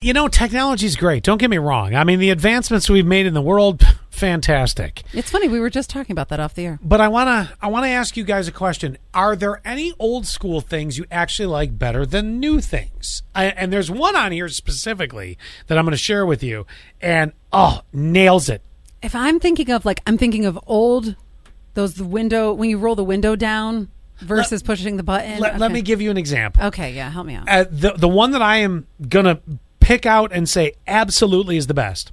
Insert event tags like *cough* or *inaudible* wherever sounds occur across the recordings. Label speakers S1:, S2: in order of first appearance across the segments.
S1: You know, technology's great. Don't get me wrong. I mean, the advancements we've made in the world, *laughs* fantastic.
S2: It's funny. We were just talking about that off the air.
S1: But I wanna, I wanna ask you guys a question. Are there any old school things you actually like better than new things? I, and there's one on here specifically that I'm gonna share with you, and oh, nails it.
S2: If I'm thinking of like, I'm thinking of old, those the window when you roll the window down versus pushing the button.
S1: Let, let
S2: Okay.
S1: me give you an example.
S2: Okay, yeah, help me out.
S1: uh, the the one that I am gonna pick out and say absolutely is the best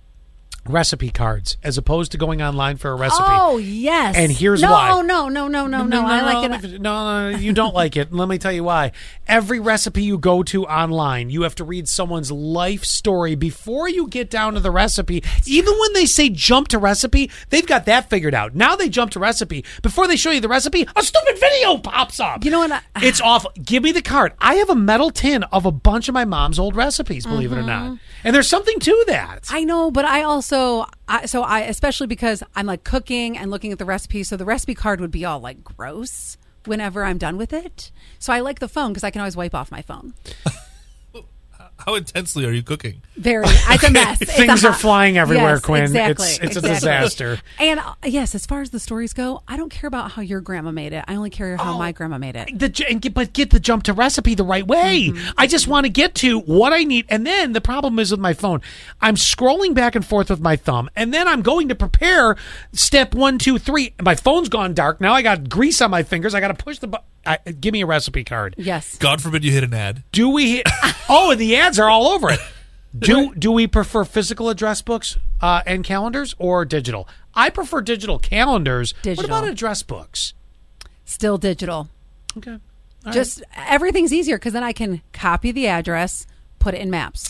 S1: recipe cards as opposed to going online for a recipe.
S2: Oh yes.
S1: And here's
S2: no,
S1: why.
S2: No, no, no, no, no, no. I like it.
S1: if- No, no, no, you don't like it. Let me tell you why. Every recipe you go to online, you have to read someone's life story before you get down to the recipe. Even when they say jump to recipe, they've got that figured out. Now they jump to recipe. Before they show you the recipe, a stupid video pops up.
S2: You know what? I,
S1: It's awful. Give me the card. I have a metal tin of a bunch of my mom's old recipes, believe it or
S2: Mm-hmm.
S1: not. And there's something to that.
S2: I know, but I also I, so I especially because I'm like cooking and looking at the recipe, so the recipe card would be all like gross whenever I'm done with it. So I like the phone because I can always wipe off my phone.
S3: How intensely are you cooking?
S1: *laughs*
S2: Very, it's a mess. It's a
S1: Things are
S2: hot-
S1: flying everywhere,
S2: Yes,
S1: Quinn.
S2: Exactly.
S1: It's- it's a
S2: exactly.
S1: disaster.
S2: And uh, yes, as far as the stories go, I don't care about how your grandma made it. I only care
S1: Oh.
S2: how my grandma made it.
S1: the j- and get, but get the jump to recipe the right way. I just want to get to what I need, and then the problem is with my phone. I'm scrolling back and forth with my thumb, and then I'm going to prepare step one, two, three. and My phone's gone dark now. I got grease on my fingers. I got to push the. Bu- I, give me a recipe card.
S2: Yes.
S3: God forbid you hit an ad.
S1: Do *laughs* we? oh, and the ads are all over it. Do do we prefer physical address books uh, and calendars or digital? I prefer digital calendars.
S2: Digital.
S1: What about address books?
S2: Still digital.
S1: Okay. All right.
S2: Just everything's easier because then I can copy the address, put it in maps.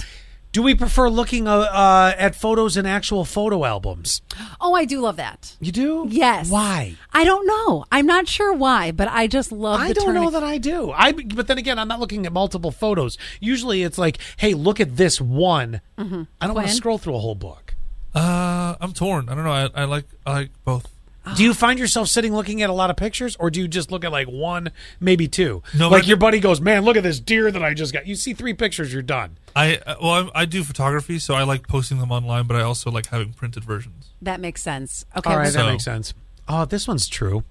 S1: Do we prefer looking uh, uh, at photos in actual photo albums?
S2: Oh, I do love that.
S1: You do?
S2: Yes.
S1: Why?
S2: I don't know. I'm not sure why, but I just love.
S1: I
S2: the
S1: don't
S2: turn-
S1: know that I do. I but then again, I'm not looking at multiple photos. Usually, it's like, hey, look at this one. I don't want to
S2: When?
S1: scroll through a whole book.
S3: Uh, I'm torn. I don't know. I, I like I like both.
S1: Do you find yourself sitting looking at a lot of pictures, or do you just look at like one, maybe two?
S3: No,
S1: like
S3: but-
S1: your buddy goes, "Man, look at this deer that I just got." You see three pictures, you're done.
S3: I uh, well, I'm, I do photography, so I like posting them online, but I also like having printed versions.
S2: That makes sense. Okay.
S1: All right,
S2: well,
S1: that
S3: So-
S1: makes sense. Oh, this one's true.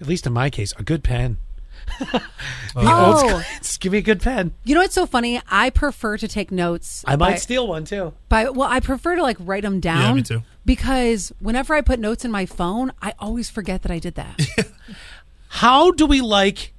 S1: At least in my case, a good pen. *laughs* the old *laughs*
S2: Oh.
S1: school- just give me a good pen.
S2: you know what's so funny? I prefer to take notes.
S1: I might
S2: by-
S1: steal one too.
S2: by well, I prefer to like write them down.
S3: me too.
S2: Because whenever I put notes in my phone, I always forget that I did
S3: *laughs*
S2: that.
S1: How do we like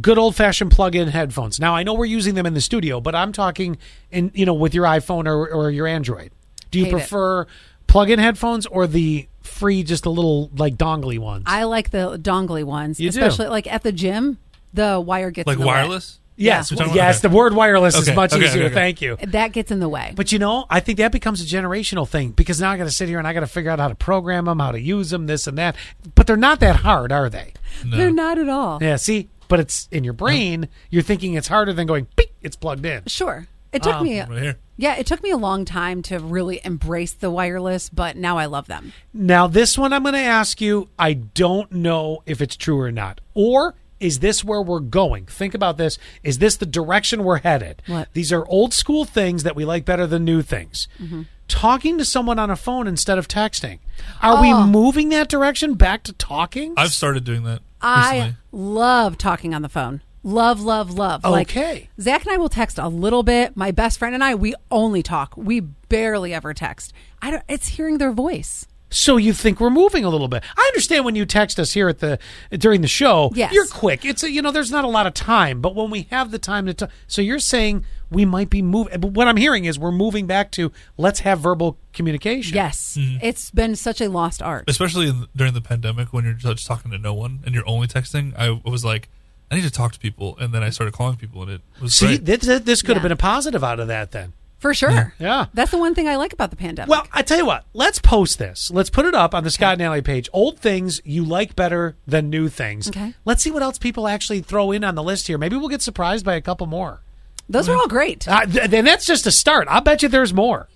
S1: good old fashioned plug in headphones? Now I know we're using them in the studio, but I'm talking in you know with your iPhone or, or your Android. Do you
S2: Hate it.
S1: prefer plug in headphones or the free just a little like dongly ones?
S2: I like the dongly ones,
S1: You do.
S2: especially like at the gym. The wire gets
S3: Like
S2: in the way.
S3: wireless.
S1: yes,
S3: You're talking about-
S1: yes,
S3: okay.
S1: the word wireless is
S3: Okay,
S1: much
S3: okay,
S1: easier.
S3: okay, okay.
S1: Thank you.
S2: That gets in the way.
S1: But you know, I think that becomes a generational thing because now I got to sit here and I got to figure out how to program them, how to use them, this and that. But they're not that hard, are they?
S2: They're not at all.
S1: Yeah, see, but it's in your brain. You're thinking it's harder than going. Beep, it's plugged in.
S2: Sure. It took me
S3: Ah, Right here.
S2: Yeah, it took me a long time to really embrace the wireless, but now I love them.
S1: Now, this one I'm going to ask you. I don't know if it's true or not. Or is this where we're going? Think about this. Is this the direction we're headed?
S2: What?
S1: These are old school things that we like better than new things. Talking to someone on a phone instead of texting. Are we moving that direction back to talking?
S3: I've started doing that
S2: I
S3: recently.
S2: love talking on the phone. Love, love, love.
S1: Okay.
S2: Like, Zach and I will text a little bit. My best friend and I, we only talk. We barely ever text. I don't. It's hearing their voice.
S1: so you think we're moving a little bit? I understand when you text us here at the during the show.
S2: Yes.
S1: you're quick. It's a, you know there's not a lot of time, but when we have the time to talk, so you're saying we might be moving. But what I'm hearing is we're moving back to let's have verbal communication.
S2: Yes,
S1: Mm-hmm.
S2: it's been such a lost art.
S3: especially in, during the pandemic when you're just talking to no one and you're only texting. I was like, I need to talk to people, and then I started calling people, and it was
S1: See,
S3: great.
S1: this, this- this could have
S2: Yeah.
S1: been a positive out of that then.
S2: For sure.
S1: Yeah.
S2: That's the one thing I like about the pandemic.
S1: Well, I tell you what, let's post this. Let's put it up on the Scott and Alley page. Old things you like better than new things.
S2: Okay.
S1: Let's see what else people actually throw in on the list here. Maybe we'll get surprised by a couple more.
S2: those are all great.
S1: Uh, th- then that's just a start. I bet you there's more.